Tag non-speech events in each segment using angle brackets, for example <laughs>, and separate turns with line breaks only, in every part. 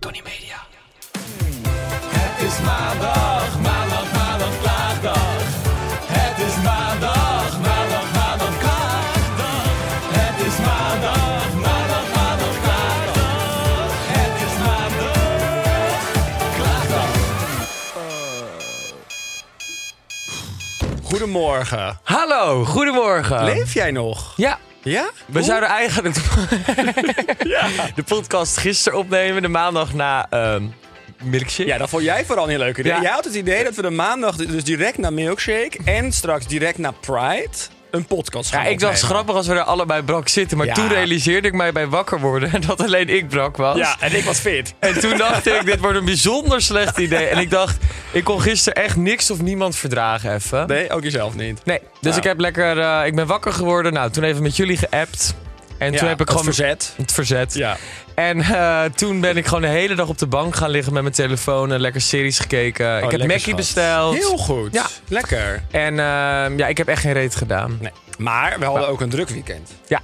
Tony Media. Het is maandag, maandag, maandag, klaagdag. Het is maandag, maandag, maandag, klaagdag. Het is maandag, maandag, maandag, klaagdag. Het is maandag, klaagdag.
Goedemorgen.
Hallo, goedemorgen.
Leef jij nog?
Ja.
Ja?
We zouden
<laughs>
eigenlijk <laughs> de podcast gisteren opnemen, de maandag na ehm Milkshake.
Ja, dat vond jij vooral een heel leuk idee.
Ja.
Jij had het idee dat we de maandag dus direct naar Milkshake en straks direct naar Pride een podcast gaan
Ja, ik dacht het is
opnemen.
grappig als we er allebei brak zitten. Maar
Ja.
toen realiseerde ik mij bij wakker worden <laughs> dat alleen ik brak was.
Ja, en ik was fit.
En toen dacht ik, dit wordt een bijzonder slecht idee. En ik dacht, ik kon gisteren echt niks of niemand verdragen even.
Nee, ook jezelf niet.
Nee, dus
Ja.
ik heb lekker, eh, ik ben wakker geworden. Nou, toen even met jullie geappt. En toen
Ja,
heb ik
het
gewoon
verzet.
het verzet.
Ja.
En eh, toen ben ik gewoon de hele dag op de bank gaan liggen met mijn telefoon en lekker series gekeken. ik heb
Oh, lekker,
Mackie
schat.
besteld.
Heel goed.
Ja.
Lekker.
En eh, ja, ik heb echt geen reet gedaan.
Nee. Maar we hadden ook een druk weekend.
Ja,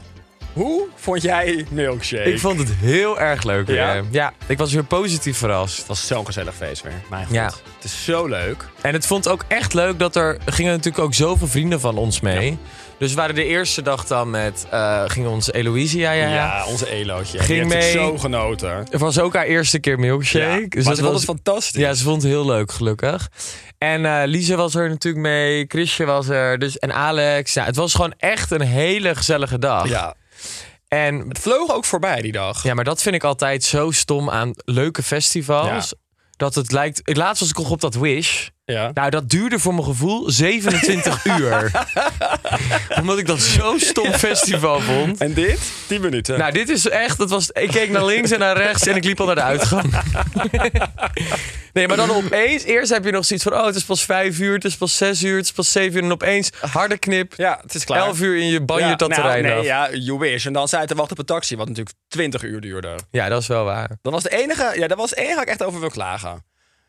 Hoe vond jij Milkshake?
ik vond het heel erg leuk.
Ja?
weer. ja ik was weer positief verrast.
Het was zo'n gezellig feest weer. Mijn god.
Ja.
Het is zo leuk.
En het vond ook echt leuk dat er gingen natuurlijk ook zoveel vrienden van ons mee. Dus we waren de eerste dag dan met, eh ging onze Eloïse, ja, ja,
Ja,
ja.
onze Elootje.
Ging
Die heeft
mee.
het zo genoten.
Het was ook haar eerste keer milkshake. Dus
Ja, maar ze vond het fantastisch.
Ja, ze vond het heel leuk, gelukkig. En eh Lise was er natuurlijk mee, Chrisje was er, dus, en Alex. Ja, het was gewoon echt een hele gezellige dag.
Ja.
En
Het vloog ook voorbij die dag.
Ja, maar dat vind ik altijd zo stom aan leuke festivals. Dat het lijkt. Ik laatst was ik nog op dat Wish.
Ja.
Nou, dat duurde voor mijn gevoel 27
<laughs>
uur. Omdat ik dat zo'n stom festival vond.
En dit? 10 minuten.
<laughs> Nou, dit is echt. Dat was, ik keek naar links en naar rechts en ik liep al naar de
<laughs>
uitgang. nee, maar dan opeens. Eerst heb je nog zoiets van: oh, het is pas 5 uur, het is pas 6 uur, het is pas 7 uur. En opeens harde knip.
ja, het is klaar.
11 uur in je banjo
ja,
dat
nou,
terrein.
nee,
af.
ja, you wish. En dan zei te wachten op een taxi, wat natuurlijk 20 uur duurde.
ja, dat is wel waar.
Dat was de enige, ja, dat was het enige waar ik echt over wil klagen.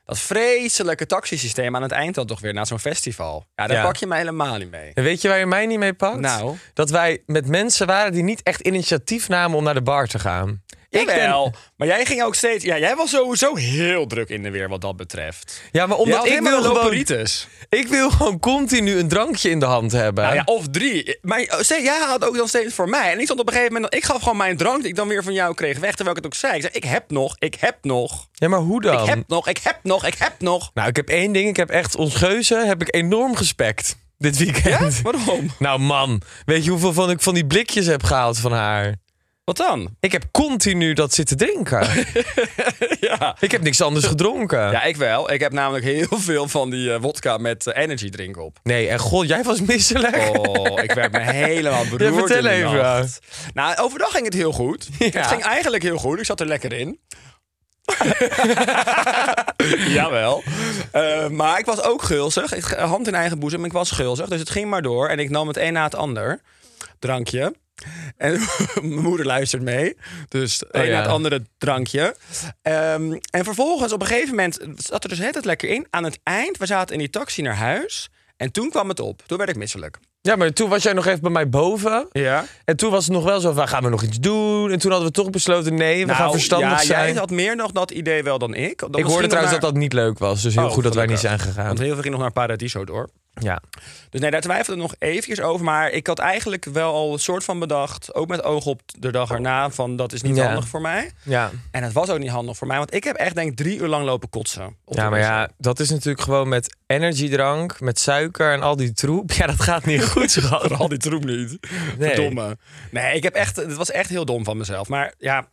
Dat vreselijke taxisysteem aan het eind dan toch weer na zo'n festival. Ja, daar
Ja.
pak je mij helemaal niet mee.
En weet je waar je mij niet mee pakt?
Nou?
Dat wij met mensen waren die niet echt initiatief namen om naar de bar te gaan.
Ik wel. Maar jij ging ook steeds. Ja, jij was sowieso heel druk in de weer wat dat betreft.
Ja, maar omdat ik wil, gewoon,
Loteritis.
ik wil gewoon continu een drankje in de hand hebben.
Nou ja, of drie. Maar eh, ste- jij had ook dan steeds voor mij. En ik stond op een gegeven moment. Ik gaf gewoon mijn drank die ik dan weer van jou kreeg weg. Terwijl ik het ook zei. Ik zei: Ik heb nog, ik heb nog.
Ja, maar hoe dan?
Ik heb nog, ik heb nog, ik heb nog.
Nou, ik heb één ding. Ik heb echt ons geuzen heb ik enorm gespekt dit weekend.
Waarom?
<laughs> Nou man, weet je hoeveel van ik van die blikjes heb gehaald van haar?
Wat dan?
Ik heb continu dat zitten drinken.
<laughs> Ja.
ik heb niks anders gedronken.
Ja, ik wel. Ik heb namelijk heel veel van die eh, wodka met eh, energy drink op.
Nee, en god, jij was misselijk.
Oh, ik werd me helemaal beroerd
Ja, vertel
in die
even.
nacht. Nou, overdag ging het heel goed. Het ging eigenlijk heel goed. Ik zat er lekker
<laughs>
in. Jawel. Eh, maar ik was ook gulzig. Ik, eh, hand in eigen boezem. Ik was gulzig. Dus het ging maar door. En ik nam het een na het ander drankje. En <laughs> mijn moeder luistert mee. Dus het een
Oh, ja.
na het andere drankje. Ehm, en vervolgens op een gegeven moment zat er dus het lekker in. Aan het eind, we zaten in die taxi naar huis. En toen kwam het op. Toen werd ik misselijk.
<laughs> Ja, maar toen was jij nog even bij mij boven.
Ja.
En toen was het nog wel zo van, gaan we nog iets doen? En toen hadden we toch besloten, nee, we gaan verstandig
Nou, ja,
zijn.
Jij had meer nog dat idee wel dan ik. Dat
Ik hoorde trouwens dat
dat Oh,
dat niet leuk was, dus heel goed dat wij niet zijn gegaan.
Want heel veel ging nog naar Paradiso door.
Ja.
Dus nee, daar twijfelde ik nog eventjes over. Maar ik had eigenlijk wel al een soort van bedacht, ook met oog op de dag erna, van dat is niet
Ja.
handig voor mij.
Ja.
En het was ook niet handig voor mij, want ik heb echt denk ik drie uur lang lopen kotsen. op
ja,
de
maar
wc.
ja, dat is natuurlijk gewoon met energiedrank, met suiker en al die troep. Ja, dat
<laughs>
gaat niet goed, schat.
Al die troep niet.
Nee.
Verdomme. Nee, ik heb echt, het was echt heel dom van mezelf. Maar ja,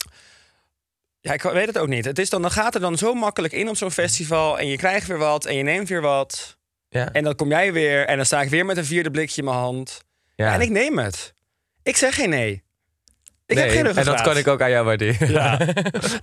ja ik weet het ook niet. Het is dan, dan gaat er dan zo makkelijk in op zo'n festival. En je krijgt weer wat en je neemt weer wat.
Ja.
En dan kom jij weer en dan sta ik weer met een vierde blikje in mijn hand.
ja.
En ik neem het. Ik zeg geen nee. Ik heb
Nee,
geen
En
ruggengraat.
dat kan ik ook aan jou waarderen.
Ja.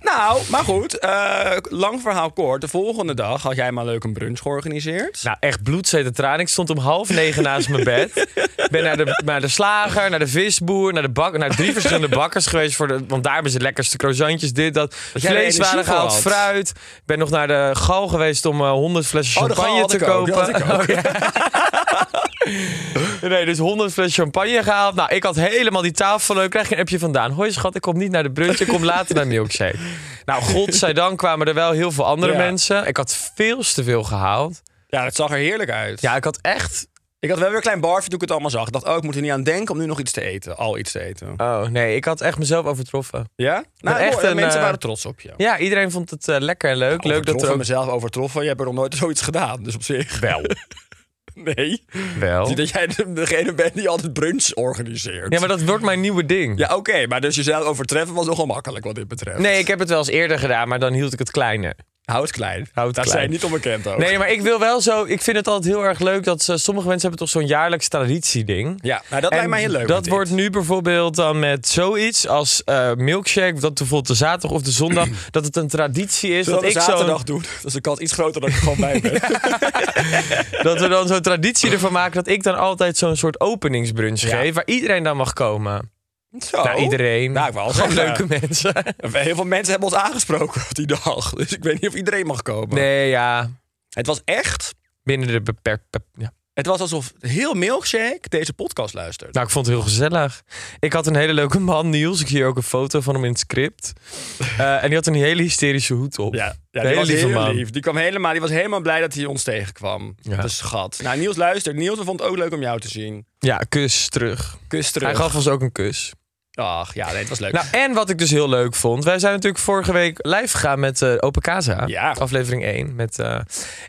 nou, maar goed. eh, lang verhaal kort. De volgende dag had jij maar leuk een brunch georganiseerd.
Nou, echt bloed, zweet en tranen. Ik stond om half negen naast mijn bed. Ik ben naar de, naar de slager, naar de visboer, naar, de bak, naar drie verschillende bakkers geweest. Voor de, want daar hebben ze de lekkerste croissantjes, dit, dat.
jij er
Vleeswaren
energie voor
gehaald,
had.
fruit. Ik ben nog naar de gal geweest om eh, honderd 100 flessen
Oh, de Gal
champagne
had
te
ik ook, die
kopen.
had ik ook.
<laughs> Oh, ja. nee, dus 100 flessen champagne gehaald. Nou, ik had helemaal die tafel leuk. Ik krijg een appje vandaan. Hoi schat, ik kom niet naar de brunch, ik kom later naar Milkshake. Nou, godzijdank kwamen er wel heel veel andere
Ja.
mensen. Ik had veel te veel gehaald.
Ja, dat zag er heerlijk uit.
Ja, ik had echt.
Ik had wel weer een klein barfje toen ik het allemaal zag. Ik dacht, oh, ik moet er niet aan denken om nu nog iets te eten. Al iets te eten.
Oh nee, ik had echt mezelf overtroffen.
Ja? Nou,
echt
mooi.
een,
mensen
eh,
waren trots op je.
Ja, iedereen vond het eh, lekker en leuk. Leuk dat eh, er
Overtroffen,
ook
mezelf overtroffen. Je hebt er nog nooit <laughs> zoiets gedaan, dus op zich. Wel. nee.
<laughs> wel.
Zie dat jij de- degene bent die altijd brunch organiseert.
Oh. Ja, maar dat wordt mijn nieuwe ding.
Ja, oké. maar dus jezelf overtreffen was nogal makkelijk wat dit betreft.
Nee, ik heb het wel eens eerder gedaan, maar dan hield ik het kleiner.
Houd klein.
Houd
Daar
klein.
zijn niet onbekend over.
Nee, maar ik wil wel zo. Ik vind het altijd heel erg leuk dat ze- sommige mensen hebben toch zo'n jaarlijks traditieding.
Ja, nou, dat lijkt mij heel leuk. met
Dat
dit.
wordt nu bijvoorbeeld dan met zoiets als eh, milkshake, dat bijvoorbeeld de zaterdag of de zondag,
<clears throat>
dat het een traditie
Zullen
is. dus Dat,
we Dus
ik
dat
zo'n
zaterdag doen? Dat is de kat iets groter dan ik er gewoon bij
<laughs>
ben.
dat we dan zo'n traditie ervan maken dat ik dan altijd zo'n soort openingsbrunch geef, waar iedereen dan mag komen.
Zo.
Nou, iedereen.
Nou, ik wou al
Gewoon
zeggen.
leuke mensen.
Heel veel mensen hebben ons aangesproken <laughs> op die dag. Dus ik weet niet of iedereen mag komen.
Nee, ja.
Het was echt...
Binnen de beperkte. Ja.
Het was alsof heel Milkshake deze podcast luistert.
Nou, ik vond het heel gezellig. Ik had een hele leuke man, Niels. Ik zie hier ook een foto van hem in het script. Eh, en die had een hele hysterische hoed op.
ja, ja die
Een hele
was
lieve
heel
man.
lief. Die, kwam helemaal, die was helemaal blij dat hij ons tegenkwam.
Ja.
De schat. Nou, Niels luistert. Niels, we vonden het ook leuk om jou te zien.
Ja, kus terug.
Kus terug.
Hij gaf ons ook een kus.
Ach, ja, nee, het was leuk.
Nou, en wat ik dus heel leuk vond. Wij zijn natuurlijk vorige week live gegaan met eh Open Casa.
Ja.
Aflevering 1. Met, eh,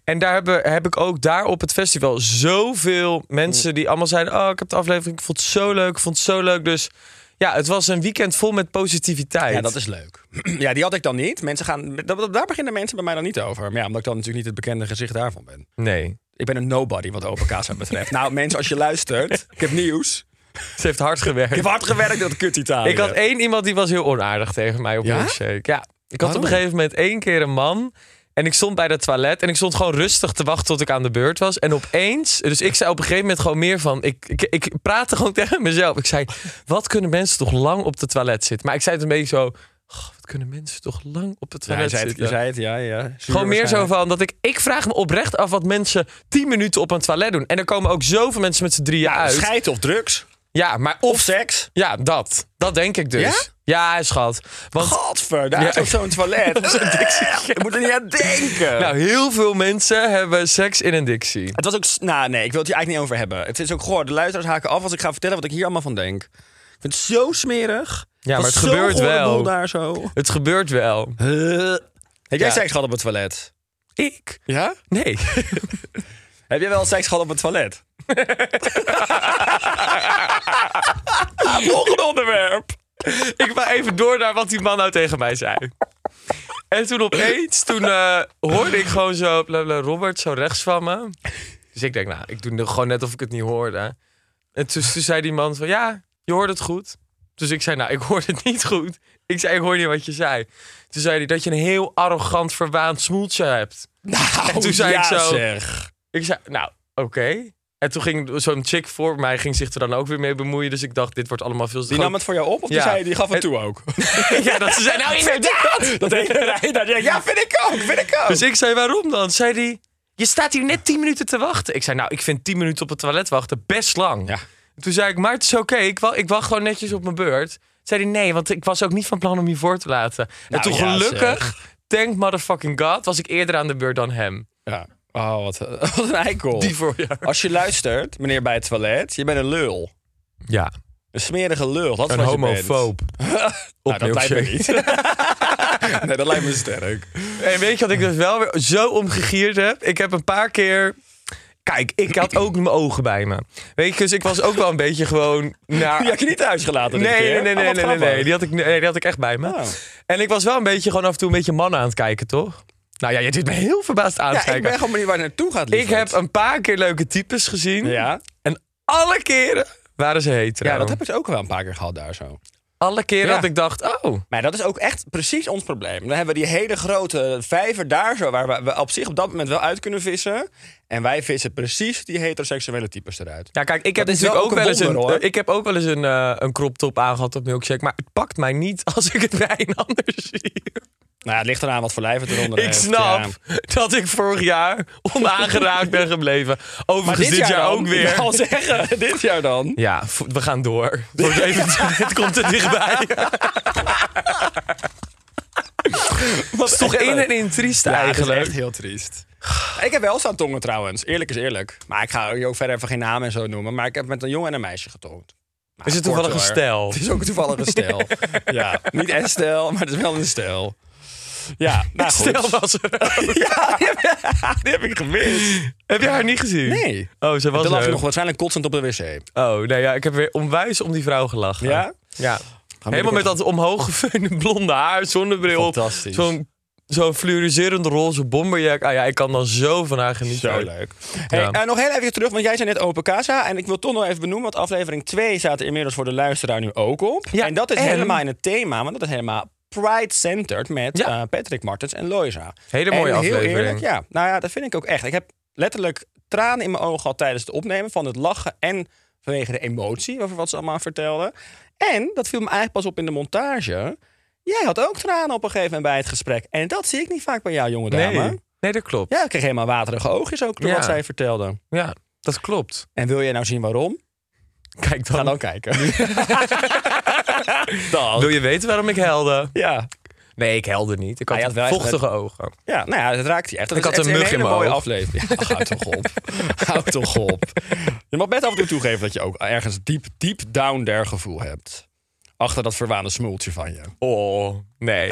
en daar hebben, heb ik ook daar op het festival zoveel mensen die allemaal zeiden... Oh, ik heb de aflevering, ik vond het zo leuk, ik vond het zo leuk. Dus ja, het was een weekend vol met positiviteit.
ja, dat is leuk. <clears throat> ja, die had ik dan niet. Mensen gaan, da- da- daar beginnen mensen bij mij dan niet over. Maar ja, omdat ik dan natuurlijk niet het bekende gezicht daarvan ben.
Nee,
Ik ben een nobody wat open kassa
<laughs>
betreft. nou, mensen, als je luistert, ik heb nieuws.
ze heeft hard gewerkt.
Ik heb hard gewerkt dat kut Italië.
Ik had één iemand die was heel onaardig tegen mij op
Oh, Ja?
milkshake. Ja, ik had op
Waarom?
een gegeven moment één keer een man. En ik stond bij dat toilet en ik stond gewoon rustig te wachten tot ik aan de beurt was. En opeens, dus ik zei op een gegeven moment gewoon meer van... Ik, ik, ik praatte gewoon <laughs> tegen mezelf. Ik zei, wat kunnen mensen toch lang op het toilet zitten? Maar ik zei het een beetje zo... "Goh, wat kunnen mensen toch lang op het
Ja, je
toilet
zei het, je
zitten?
zei het, ja, ja. Zuur
Gewoon meer zo
waarschijnlijk.
van dat ik... Ik vraag me oprecht af wat mensen 10 minuten op een toilet doen. En er komen ook zoveel mensen met z'n drieën uit.
Scheid of drugs.
Ja, maar
Of seks.
ja, dat. Dat denk ik dus. Ja, schat. Want
Gadver, daar
Ja.
is ook
<laughs>
zo'n toilet. <laughs> Ik moet er niet aan denken.
nou, heel veel mensen hebben seks in een dictie.
het was ook... s- Nou, nee, ik wil het hier eigenlijk niet over hebben. Het is ook goor. De luisteraars haken af als ik ga vertellen wat ik hier allemaal van denk. Ik vind het zo smerig.
Ja, maar
was
het
zo'n
gebeurt
gore
wel.
boel daar zo.
Het gebeurt wel.
Heb jij
Ja.
seks gehad op het toilet?
Ik?
Ja?
Nee.
Heb jij wel seks gehad op het toilet? <laughs> Volgende onderwerp.
ik wou even door naar wat die man nou tegen mij zei. En toen opeens, toen eh, hoorde ik gewoon zo bla bla, Robert zo rechts van me. Dus ik denk, nou, ik doe gewoon net of ik het niet hoorde. En toen, toen zei die man van, ja, je hoort het goed. Dus ik zei, nou, ik hoor het niet goed. Ik zei, ik hoor niet wat je zei. Toen zei hij dat je een heel arrogant, verwaand smoeltje hebt.
Nou,
toen zei
ja,
ik zo-
Zeg.
Ik zei, nou, oké. En toen ging zo'n chick voor mij ging zich er dan ook weer mee bemoeien. Dus ik dacht, dit wordt allemaal veel te
Die nam het voor jou op of die,
Ja.
zei, die gaf het
Het-
toe <laughs> ook?
<laughs> Ja, dat ze zei, nou inderdaad.
<laughs> Dat hele <laughs> rij daar denk ik, ja, vind ik ook, vind ik ook.
Dus ik zei, waarom dan? Zei die, je staat hier net 10 minuten te wachten. Ik zei, nou, ik vind 10 minuten op het toilet wachten best lang.
Ja.
Toen zei ik, maar het is oké, ik, wa- ik wacht gewoon netjes op mijn beurt. Zei die, nee, want ik was ook niet van plan om je voor te laten. en
Nou
toen
ja,
gelukkig, thank motherfucking god, was ik eerder aan de beurt dan hem.
ja. Oh, wat, <laughs> wat een eikel.
Die voor jou.
Als je luistert, meneer bij het toilet, je bent een lul.
Ja,
Een smerige lul. Dat is
een
wat je bent.
<laughs> homofoob.
Nou, dat lijkt me
milkshake.
niet. <laughs> nee, dat lijkt me sterk.
En weet je wat ik dus wel weer zo omgegierd heb? Ik heb een paar keer... Kijk, ik had ook mijn ogen bij me. Weet je, dus ik was ook wel een beetje
<laughs>
gewoon naar...
Die had je niet thuis gelaten dit
Nee,
keer? Oh,
nee, nee, nee,
wat
nee, nee,
grappig.
Die had ik, nee, die had ik echt bij me.
Oh.
En ik was wel een beetje gewoon af en toe een beetje mannen aan het kijken, toch? Nou ja, je zit me heel verbaasd aan te
Ja, ik
kijken.
ben gewoon benieuwd waar het naartoe gaat,
Ik heb
lieverd.
een paar keer leuke types gezien.
Ja.
En alle keren waren ze hetero.
Ja, dat heb ik ook wel een paar keer gehad daar zo.
Alle keren
Ja.
dat ik dacht, oh,
Maar dat is ook echt precies ons probleem. Dan hebben we die hele grote vijver daar zo, waar we- we op zich op dat moment wel uit kunnen vissen. En wij vissen precies die heteroseksuele types eruit.
Ja, kijk, ik heb
Dat is
natuurlijk
wel
ook,
ook een
wel eens een,
wonder, hoor.
eh, ik heb ook wel eens een, eh, een crop top aangehad op milkshake, maar het pakt mij niet als ik het bij een ander <laughs> zie.
Nou ja, het ligt eraan wat voor lijf het eronder
<laughs> ik
heeft,
snap
ja.
dat ik vorig jaar onaangeraakt ben gebleven.
Maar
Overigens
Dus dit jaar, dan, <laughs>
ook weer.
Ik wil al
<laughs>
zeggen, dit jaar dan.
Ja, vo- we gaan door. Het
<laughs>
wordt even- het komt er dichtbij. Het is toch in en in triest
Ja, het is
eigenlijk.
echt heel triest. Ik heb wel staan tongen trouwens. Eerlijk is eerlijk. Maar ik ga je ook verder even geen naam en zo noemen. Maar ik heb met een jongen en een meisje getongd. Maar
Is het
Nou, kort,
toevallig een
hoor.
stijl?
Het is ook toevallig een
<laughs>
stijl. ja, niet een stijl, maar het is wel een stijl. Ja, <laughs> nou goed.
Stel was er.
<laughs>
Ja, Ah, die heb ik gemist. Heb je haar niet gezien?
Nee.
Oh, ze was
Dan lag je
er.
nog waarschijnlijk kotsend op de wc.
Oh, nee, ja, ik heb weer onwijs om die vrouw gelachen.
Ja?
Ja. Helemaal
binnenkort-
met dat omhoog gevunde <laughs> blonde haar, zonnebril. op,
Fantastisch.
Zo'n zo'n fluoriserend roze bomberjack. Ah ja, ik kan dan zo van haar genieten.
Zo leuk. Hey,
Ja.
eh, nog heel even terug, want jij zei net Open Casa. En ik wil toch nog even benoemen, want aflevering 2 staat er inmiddels voor de luisteraar nu ook op.
Ja,
en dat is
en-
helemaal in het thema, want dat is helemaal Pride-centered met
Ja.
eh, Patrick Martens en Loisa.
Hele mooie
en
aflevering.
Heel eerlijk, ja. Nou ja, dat vind ik ook echt. Ik heb letterlijk tranen in mijn ogen gehad tijdens het opnemen van het lachen en vanwege de emotie over wat ze allemaal vertelden. En dat viel me eigenlijk pas op in de montage. Jij had ook tranen op een gegeven moment bij het gesprek. En dat zie ik niet vaak bij jou, jonge dame.
Nee. nee, dat klopt. Ja.
Ja, ik kreeg helemaal waterige oogjes ook door
Ja.
wat zij vertelde.
dat klopt.
En wil jij nou zien waarom?
Kijk
Ga
dan.
dan kijken.
<laughs>
dan.
Wil je weten waarom ik helde?
Ja.
Nee, ik helde niet. Ik had,
Hij had wel echt
vochtige ogen.
ja, nou ja, dat raakt je echt. Dat
Ik
is
had
echt
een mug in
hele
mijn
mooie
oog.
aflevering. Ja, houd toch
<laughs>
op. houd toch op. Je mag best af en toe toegeven dat je ook ergens diep, diep down der gevoel hebt. Achter dat verwaande smoeltje van je.
Oh,
<laughs>
nee.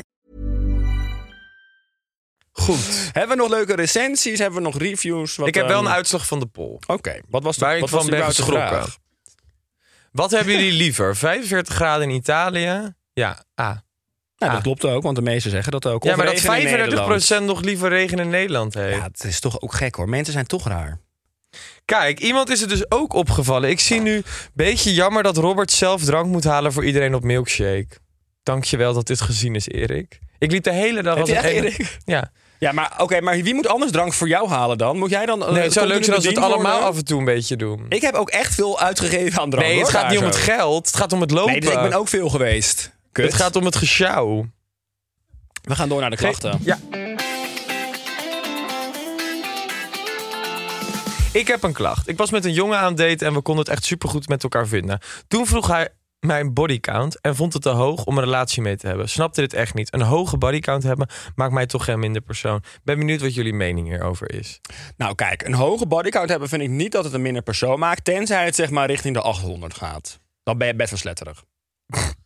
Goed.
Hebben we nog leuke recensies? Hebben we nog reviews? Wat,
ik heb wel
ehm,
een uitslag van de poll.
Oké, wat was de,
waar ik
wat was
van
de
ben
überhaupt de
geschrokken.
vraag?
Wat hebben jullie liever? 45 graden in Italië? Ja, ah.
Nou,
Ah.
dat klopt ook, want de meesten zeggen dat ook.
Ja,
Of
maar
regen in Nederland.
dat 35% nog liever regen in Nederland heeft.
Ja, het is toch ook gek hoor. Mensen zijn toch raar.
Kijk, iemand is er dus ook opgevallen. Ik zie nu, beetje jammer dat Robert zelf drank moet halen voor iedereen op milkshake. Dankjewel dat dit gezien is, Erik. Ik liep de hele dag...
Heet hij
als een
echt
ene-
Erik?
Ja.
Ja, maar oké, maar wie moet anders drank voor jou halen dan? Moet jij dan... eh,
Nee, het zou leuk zijn als we het allemaal af en toe een beetje doen.
Ik heb ook echt veel uitgegeven aan drank.
nee, het
hoor,
gaat
daar
niet om
zo.
het geld. Het gaat om het lopen.
Nee, dus ik ben ook veel geweest. Kut.
Het gaat om het gesjouw.
We gaan door naar de klachten.
Ja. Ik heb een klacht. Ik was met een jongen aan het daten en we konden het echt supergoed met elkaar vinden. Toen vroeg hij mijn bodycount en vond het te hoog om een relatie mee te hebben. Snapte dit echt niet. Een hoge bodycount hebben maakt mij toch geen minder persoon. Ben benieuwd wat jullie mening hierover is.
Nou kijk, een hoge bodycount hebben vind ik niet dat het een minder persoon maakt. Tenzij het zeg maar richting de 800 gaat. Dan ben je best wel
<laughs>
sletterig.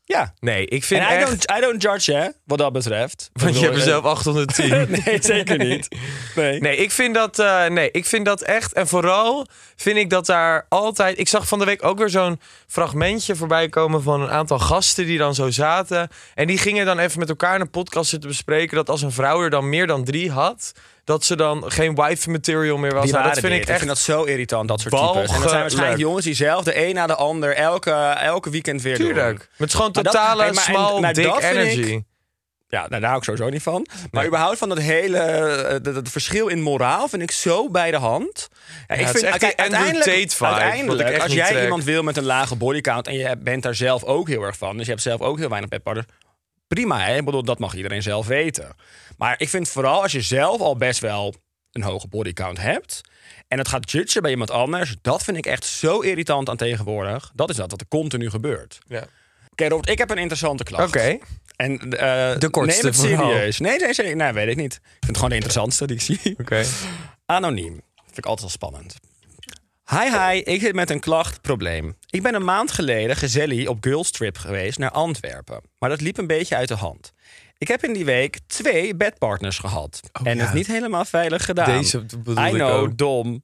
ja.
Nee, ik vind
En I,
echt...
don't, I don't judge, hè, wat dat betreft.
Want je hebt er
mezelf
zelf 810. <laughs>
<laughs> Nee, zeker niet. Nee.
Nee, ik vind dat, eh, nee, ik vind dat echt. En vooral vind ik dat daar altijd. Ik zag van de week ook weer zo'n fragmentje voorbij komen van een aantal gasten die dan zo zaten. En die gingen dan even met elkaar in een podcast zitten bespreken. Dat als een vrouw er dan meer dan drie had, dat ze dan geen wife material meer was.
Die
Nou, dat
waren
vind
dit.
ik echt.
vind dat zo irritant, dat soort types. En dat zijn
walgelijk.
waarschijnlijk jongens die zelf de een na de ander elke, elke weekend weer doen.
Tuurlijk. Met gewoon
Maar dat-
totale
hey, maar- en-
smal,
maar
dik
dat vind ik-
energy.
Ja, nou, daar hou ik sowieso niet van. Maar überhaupt van dat hele eh, dat, dat verschil in moraal vind ik zo bij de hand. Ja,
het is echt
kijk,
die Andrew
uiteindelijk,
Tate vibe, wat ik
uiteindelijk,
echt
als
niet
jij
trek.
iemand wil met een lage bodycount en je bent daar zelf ook heel erg van, dus je hebt zelf ook heel weinig petpartners, prima hè. Ik bedoel, dat mag iedereen zelf weten. Maar ik vind vooral als je zelf al best wel een hoge bodycount hebt en het gaat judgen bij iemand anders, dat vind ik echt zo irritant aan tegenwoordig. Dat is dat wat er continu gebeurt.
Ja.
Oké, Robert, ik heb een interessante klacht.
Oké.
En eh,
De kortste
Neem het
vooral.
serieus. Nee, nee, nee, nee, weet ik niet. Ik vind het gewoon de interessantste die ik zie.
Oké.
Anoniem. Vind ik altijd wel spannend. Hi, hi. Ik zit met een klachtprobleem. Ik ben een maand geleden gezellig op girls trip geweest naar Antwerpen. Maar dat liep een beetje uit de hand. Ik heb in die week twee bedpartners gehad. en het niet helemaal veilig gedaan.
Oh, Deze bedoelde
I
ik
know,
ook.
dom.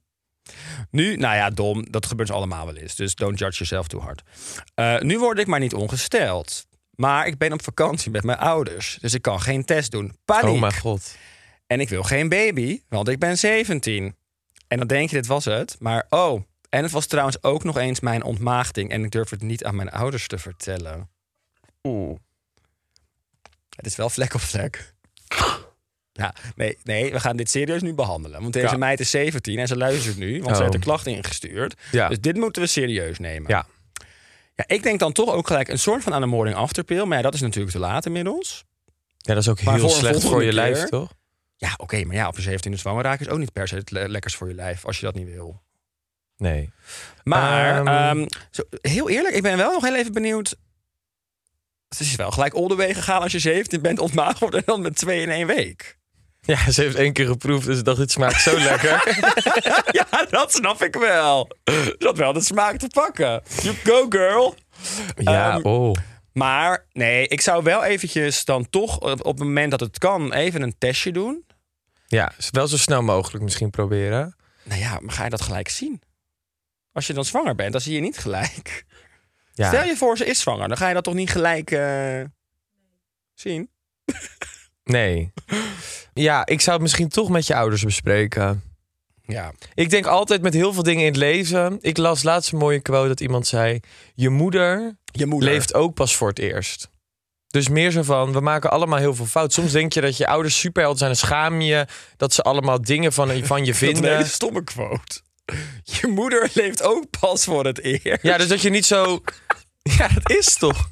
Nu, nou ja, dom, dat gebeurt allemaal wel eens. Dus don't judge yourself too hard. Eh, nu word ik maar niet ongesteld. Maar ik ben op vakantie met mijn ouders. Dus ik kan geen test doen. Paniek.
Oh mijn god.
En ik wil geen baby, want ik ben 17. En dan denk je, dit was het. Maar oh, en het was trouwens ook nog eens mijn ontmaagding. En ik durf het niet aan mijn ouders te vertellen. Oeh. Het is wel vlek op
<laughs>
vlek. Ja, nee, nee, we gaan dit serieus nu behandelen. Want deze
Ja.
meid is 17 en ze luistert nu, want ze
Oh.
heeft een klacht ingestuurd.
Ja.
Dus dit moeten we serieus nemen.
Ja.
Ja, ik denk dan toch ook gelijk een soort van aan de morning after pill. Maar ja, dat is natuurlijk te laat inmiddels.
Ja, dat is ook
Maar
heel
voor een
slecht voor
volgende
je lijf,
keer-
toch?
Ja, oké, maar ja, op je 17e zwanger raken is ook niet per se het le- lekkers voor je lijf als je dat niet wil.
Nee.
Maar
Ehm.
ehm, zo, heel eerlijk, ik ben wel nog heel even benieuwd. Het is wel gelijk all the way gegaan als je 17 bent ontmaagd wordt en dan met twee in één week. <laughs>
Ja, ze heeft één keer geproefd en ze dacht, dit smaakt <laughs> zo lekker.
ja, dat snap ik wel. Dat wel de smaak te pakken. You go girl.
Ja,
Ehm,
oh.
Maar nee, ik zou wel eventjes dan toch eh, op, op het moment dat het kan even een testje doen.
Ja, wel zo snel mogelijk misschien proberen.
Nou ja, maar ga je dat gelijk zien? Als je dan zwanger bent, dan zie je niet gelijk.
Ja.
Stel je voor, ze is zwanger. Dan ga je dat toch niet gelijk eh, zien?
Nee. Ja, ik zou het misschien toch met je ouders bespreken.
Ja.
Ik denk altijd met heel veel dingen in het leven. Ik las laatst een mooie quote dat iemand zei: Je moeder
Je moeder.
leeft ook pas voor het eerst. Dus meer zo van, we maken allemaal heel veel fout. Soms denk je dat je ouders superhelden zijn en schaam je je dat ze allemaal dingen van, <laughs> van je
Dat is een hele
vinden.
stomme quote. Je moeder leeft ook pas voor het eerst.
Ja, dus dat je niet zo. Ja, dat is toch.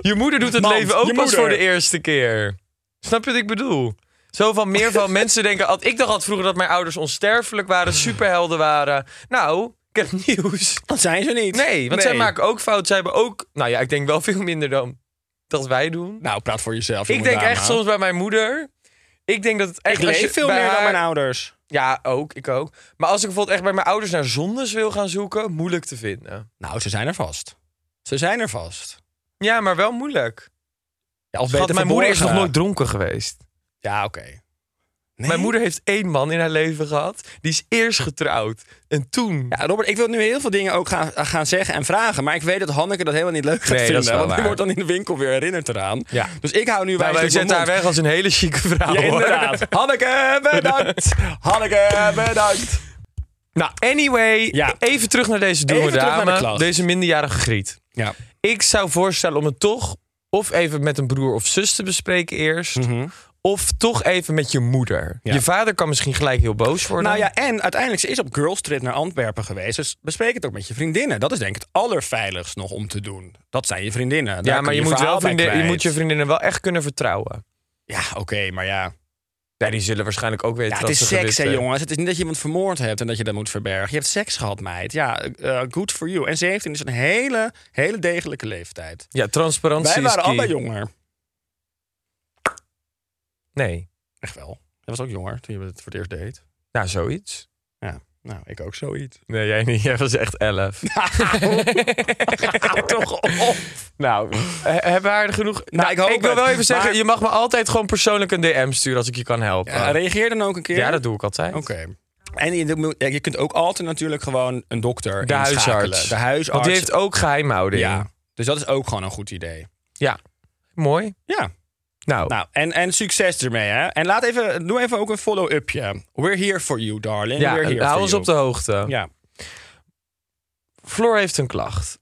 Je moeder doet het
Mand,
leven ook
je
pas
moeder.
voor de eerste keer. Snap je wat ik bedoel? Zo van meer
<laughs>
van mensen denken. al- Ik dacht altijd vroeger dat mijn ouders onsterfelijk waren, superhelden waren. Nou, ik heb nieuws.
Dat zijn ze niet.
Nee, want zij maken ook fout. Zij hebben ook. Nou ja, ik denk wel veel minder dan dat wij doen.
Nou, praat voor jezelf.
Ik
jonge
denk
dame.
echt soms bij mijn moeder. Ik denk dat het echt.
Ik
als je
leef veel
bij
meer dan
haar-
mijn ouders.
ja, ook. Ik ook. Maar als ik bijvoorbeeld echt bij mijn ouders naar zondes wil gaan zoeken, moeilijk te vinden.
Nou, ze zijn er vast. Ze zijn er vast.
Ja, maar wel moeilijk.
Ja, of
Schat,
beter
mijn moeder is nog
verborgen.
nooit dronken geweest.
Ja, oké. Nee?
Mijn moeder heeft één man in haar leven gehad. Die is eerst getrouwd. En toen...
Ja, Robert, ik wil nu heel veel dingen ook gaan, gaan zeggen en vragen. Maar ik weet dat Hanneke dat helemaal niet leuk gaat
Nee, dat
vinden.
is wel
want die
waar.
wordt dan in de winkel weer herinnerd eraan.
Ja.
Dus ik hou nu
Nou, wij
wijselijk mijn
zetten haar
mond.
weg als een hele chique vrouw.
Ja,
hoor. <laughs>
inderdaad. Hanneke, bedankt. Hanneke, bedankt.
Nou, anyway.
Ja.
Even terug naar deze domme
Even terug naar de
dame.
klacht.
deze minderjarige griet.
Ja.
Ik zou voorstellen om het toch... Of even met een broer of zus te bespreken eerst. Of toch even met je moeder.
Mhm. Ja.
Je vader kan misschien gelijk heel boos worden.
Nou ja, en uiteindelijk, ze is op girls trip naar Antwerpen geweest. Dus bespreek het ook met je vriendinnen. Dat is denk ik het allerveiligst nog om te doen. Dat zijn je vriendinnen. Daar
ja
kun
maar je, moet
verhaal
wel
bij
vriendin, je
kwijt.
moet je vriendinnen wel echt kunnen vertrouwen.
Ja, oké, maar ja.
Ja, die zullen waarschijnlijk ook weten
ja.
dat
Het is
ze
seks,
gewist
hè,
hebben.
jongens. Het is niet dat je iemand vermoord hebt en dat je dat moet verbergen. Je hebt seks gehad, meid. Ja, eh, good for you. En 17 is een hele, hele degelijke leeftijd.
Ja, transparantie
Wij
is
waren
key.
allemaal jonger.
Nee.
Echt wel. Jij was ook jonger toen je het voor het eerst deed.
Nou, zoiets.
Ja, nou, ik ook zoiets.
Nee, jij niet. <laughs> Jij was
<laughs>
echt elf.
toch op.
nou, hebben we haar genoeg... Nou,
ik hoop
wil
het.
wel even zeggen,
Maar-
je mag me altijd gewoon persoonlijk een DM sturen als ik je kan helpen.
Ja,
Ja,
reageer dan ook een keer.
dat doe ik altijd.
Oké. En je, doet- ja, je kunt ook altijd natuurlijk gewoon een dokter
De
inschakelen.
huisarts.
De huisarts.
Want die heeft ook geheimhouding.
ja. Dus dat is ook gewoon een goed idee.
Ja. Mooi.
Ja.
Nou,
Nou, en, en succes ermee, hè. En laat even, doe even ook een follow-upje. We're here for you, darling. We're here
ja,
for
hou ons
you.
op de hoogte.
Ja.
Floor heeft een klacht.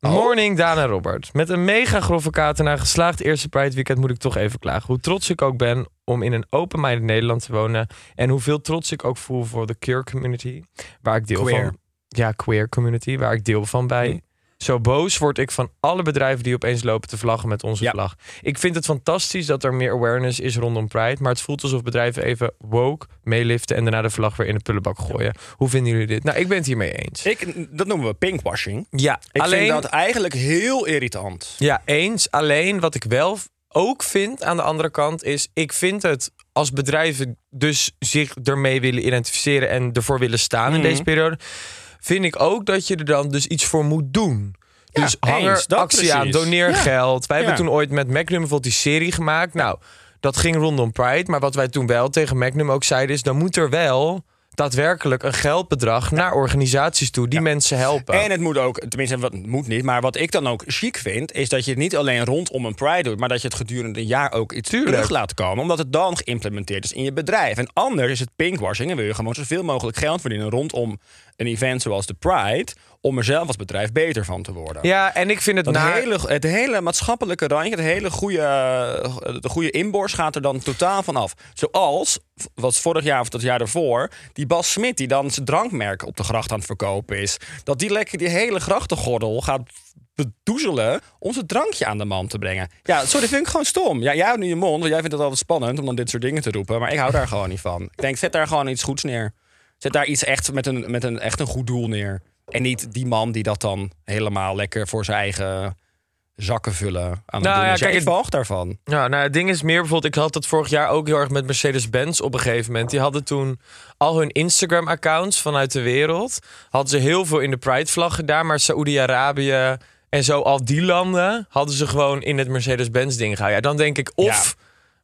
Oh.
Morning Daan en Robert. Met een mega grove kater na een geslaagd eerste Pride weekend moet ik toch even klagen. Hoe trots ik ook ben om in een open-minded Nederland te wonen. En hoeveel trots ik ook voel voor de queer community. Waar ik deel
Queer. Mm.
van... Ja, queer community. Waar ik deel van bij. Zo boos word ik van alle bedrijven die opeens lopen te vlaggen met onze
Ja.
vlag. Ik vind het fantastisch dat er meer awareness is rondom Pride. Maar het voelt alsof bedrijven even woke meeliften en daarna de vlag weer in de prullenbak gooien. Hoe vinden jullie dit? Nou, ik ben het hiermee eens.
Ik, dat noemen we pinkwashing.
ja,
Ik vind dat eigenlijk heel irritant.
Ja, eens. Alleen wat ik wel v- ook vind aan de andere kant is... ik vind het als bedrijven dus zich ermee willen identificeren... en ervoor willen staan
Mhm.
in deze periode... vind ik ook dat je er dan dus iets voor moet doen.
Ja,
dus hang er
eens, dat
actie aan,
precies.
doneer
Ja.
geld. Wij
Ja.
hebben toen ooit met Magnum bijvoorbeeld die serie gemaakt. Nou, dat ging rondom Pride. Maar wat wij toen wel tegen Magnum ook zeiden is... dan moet er wel daadwerkelijk een geldbedrag naar organisaties toe... die mensen helpen.
En het moet ook, tenminste, wat het moet niet, maar wat ik dan ook chic vind, is dat je het niet alleen rondom een pride doet, maar dat je het gedurende een jaar ook iets terug laat komen, omdat het dan geïmplementeerd is in je bedrijf. En anders is het pinkwashing en wil je gewoon zoveel mogelijk geld verdienen rondom een event zoals de pride, om er zelf als bedrijf beter van te worden.
Ja, en ik vind het
Dat
naar...
hele, het hele maatschappelijke randje, het hele goede, eh, de goede inborst gaat er dan totaal van af. Zoals, wat vorig jaar of dat jaar daarvoor, die Bas Smit die dan zijn drankmerk op de gracht aan het verkopen is. Dat die lekker die hele grachtengordel gaat bedoezelen om zijn drankje aan de man te brengen. Ja, sorry, dat vind ik gewoon stom. Ja, jij houdt nu je mond, want jij vindt het altijd spannend om dan dit soort dingen te roepen. Maar ik hou daar gewoon niet van. Ik denk, zet daar gewoon iets goeds neer. Zet daar iets echt met een, met een, echt een goed doel neer. En niet die man die dat dan helemaal lekker voor zijn eigen zakken vullen aan het
Nou
doen
ja,
is. Ja,
kijk,
ik
het-
walg daarvan.
Ja, nou, het ding is meer bijvoorbeeld, ik had dat vorig jaar ook heel erg met Mercedes-Benz op een gegeven moment. Die hadden toen al hun Instagram-accounts vanuit de wereld. Hadden ze heel veel in de Pride-vlag gedaan, maar Saoedi-Arabië en zo, al die landen, hadden ze gewoon in het Mercedes-Benz-ding gehouden. Ja, dan denk ik, of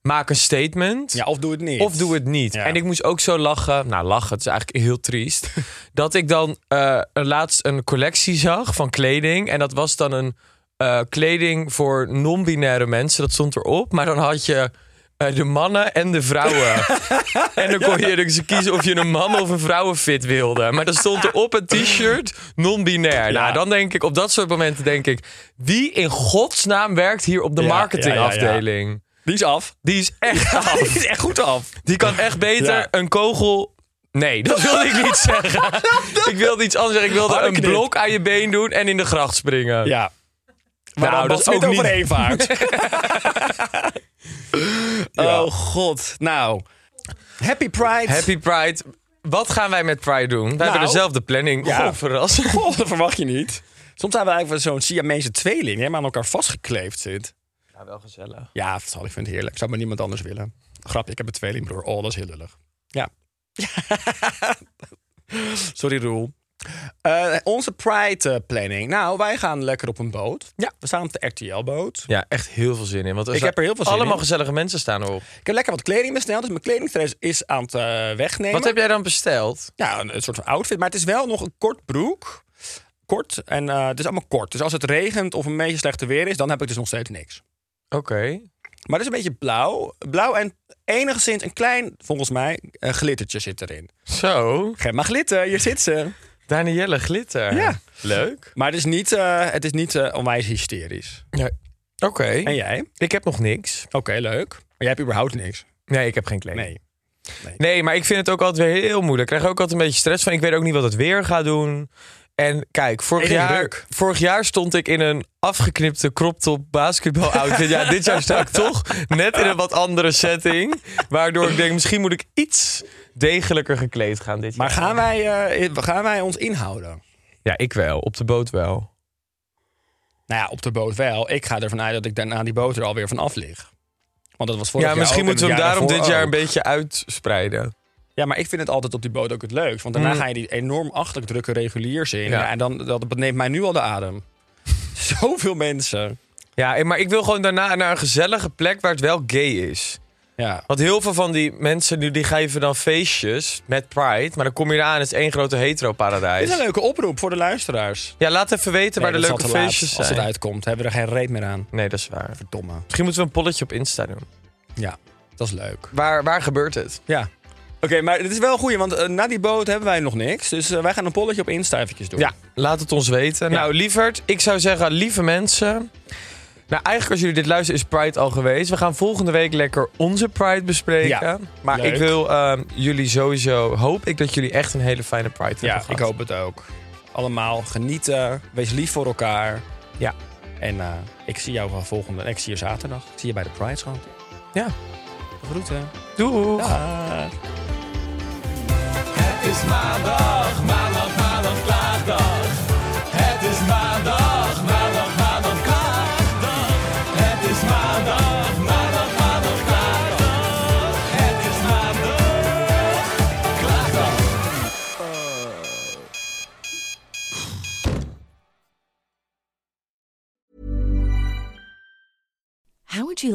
maak een statement.
Ja, of doe het niet.
Of doe het niet.
Ja.
En ik moest ook zo lachen. Nou, lachen, het is eigenlijk heel triest. <laughs> dat ik dan eh, laatst een collectie zag van kleding. En dat was dan een eh, kleding voor non-binaire mensen. Dat stond erop. Maar dan had je eh, de mannen en de vrouwen.
<laughs>
en dan kon je dus kiezen of je een man of een vrouwenfit wilde. Maar dan stond er op een t-shirt non-binair. Nou, dan denk ik, op dat soort momenten denk ik... Wie in godsnaam werkt hier op de
Ja, ja, ja, ja.
marketingafdeling?
Die is af.
Die is echt af.
<laughs> Die is echt goed af.
Die kan echt beter
Ja.
een kogel.
<laughs>
Nee, dat wilde ik niet zeggen. ik wilde iets anders zeggen. Ik wilde
Harde
een
knip.
blok aan je been doen en in de gracht springen.
Ja. Maar
Nou,
dan
dat
Bas
is
Smit
ook niet-
overheen
<laughs>
<laughs> vaart. Oh god. Nou. Happy Pride.
Happy Pride. Wat gaan wij met Pride doen? Wij hebben dezelfde planning.
Nou. Ja.
Goh, verrassing.
Goh, dat verwacht je niet. Soms hebben we eigenlijk wel zo'n Siamese tweeling die helemaal aan elkaar vastgekleefd zit.
Ja, wel gezellig.
Ja, vertel, ik vind het heerlijk. Ik zou maar niemand anders willen. Grapje, ik heb een tweelingbroer. Oh, dat is heel lullig. Ja. <laughs> Sorry, Roel. Eh, onze Pride eh, planning. Nou, wij gaan lekker op een boot. Ja. We staan op de RTL-boot.
Ja, echt heel veel zin in. Want
Ik
zijn
heb er heel veel zin
Allemaal
in.
gezellige mensen staan erop.
Ik heb lekker wat kleding besteld, dus mijn kledingstress is aan het eh, wegnemen.
Wat heb jij dan besteld?
Ja, een, een soort van outfit. Maar het is wel nog een kort broek. Kort. En eh, het is allemaal kort. Dus als het regent of een beetje slechte weer is, dan heb ik dus nog steeds niks.
Oké.
Maar het is een beetje blauw. Blauw en enigszins een klein, volgens mij, een glittertje zit erin.
Zo.
Gemma Glitter, hier zit ze.
Danielle
<laughs>
Glitter.
Ja.
Leuk.
Maar het is niet, eh, het is niet eh, onwijs hysterisch.
Ja. Oké.
En jij? Oké,
Ik heb nog niks.
leuk. Maar jij hebt überhaupt niks.
Nee, ik heb geen kleding.
Nee.
Nee, maar ik vind het ook altijd weer heel moeilijk. Ik krijg ook altijd een beetje stress van. Ik weet ook niet wat het weer gaat doen. En kijk, vorig,
Ik denk
jaar,
druk.
vorig jaar stond ik in een afgeknipte crop top basketbal outfit. Ja, dit
<laughs>
jaar sta ik toch net in een wat andere setting. Waardoor ik denk, misschien moet ik iets degelijker gekleed gaan dit
Maar
jaar.
gaan wij, eh, in- gaan wij ons inhouden?
Ja, ik wel. Op de boot wel.
Nou ja, op de boot wel. Ik ga ervan uit dat ik daarna die boot er alweer van af lig. Want dat was vorig
ja,
jaar
misschien
ook en
moeten we
het
hem daarom dit
daarvoor
jaar
ook.
een beetje uitspreiden.
Ja, maar ik vind het altijd op die boot ook het leukst. Want daarna
Mm.
ga je die enorm achterlijk drukke reguliers in.
Ja.
Ja, en dan, dat, dat neemt mij nu al de adem. <laughs> Zoveel mensen.
Ja, en- maar ik wil gewoon daarna naar een gezellige plek waar het wel gay is.
Ja.
Want heel veel van die mensen nu, die geven dan feestjes met Pride. Maar dan kom je eraan, het is één grote
Dit is een
hetero-paradijs.
leuke oproep voor de luisteraars.
Ja, laat even weten waar
Nee,
de
dat is
leuke
al te laat.
feestjes
Als
zijn.
het uitkomt, hebben we er geen reet meer aan.
Nee, dat is waar.
Verdomme.
Misschien moeten we een polletje op Insta doen.
Ja, dat is leuk.
Waar, waar gebeurt het?
Ja. maar het is wel een goeie, want eh, na die boot hebben wij nog niks. Dus eh, wij gaan een polletje op Insta eventjes doen.
Ja, laat het ons weten. Nou, lieverd, ik zou zeggen, lieve mensen. Nou, eigenlijk als jullie dit luisteren is Pride al geweest. We gaan volgende week lekker onze Pride bespreken.
Ja,
maar
leuk.
ik wil ehm, jullie sowieso... Hoop ik dat jullie echt een hele fijne Pride hebben
Ja,
gehad.
ik hoop het ook. Allemaal genieten. Wees lief voor elkaar.
Ja.
En eh, ik zie jou wel volgende. Ik zie je zaterdag. Ik zie je bij de Pride Schoon.
Ja.
Groeten.
Doeg!
Dag.
How would you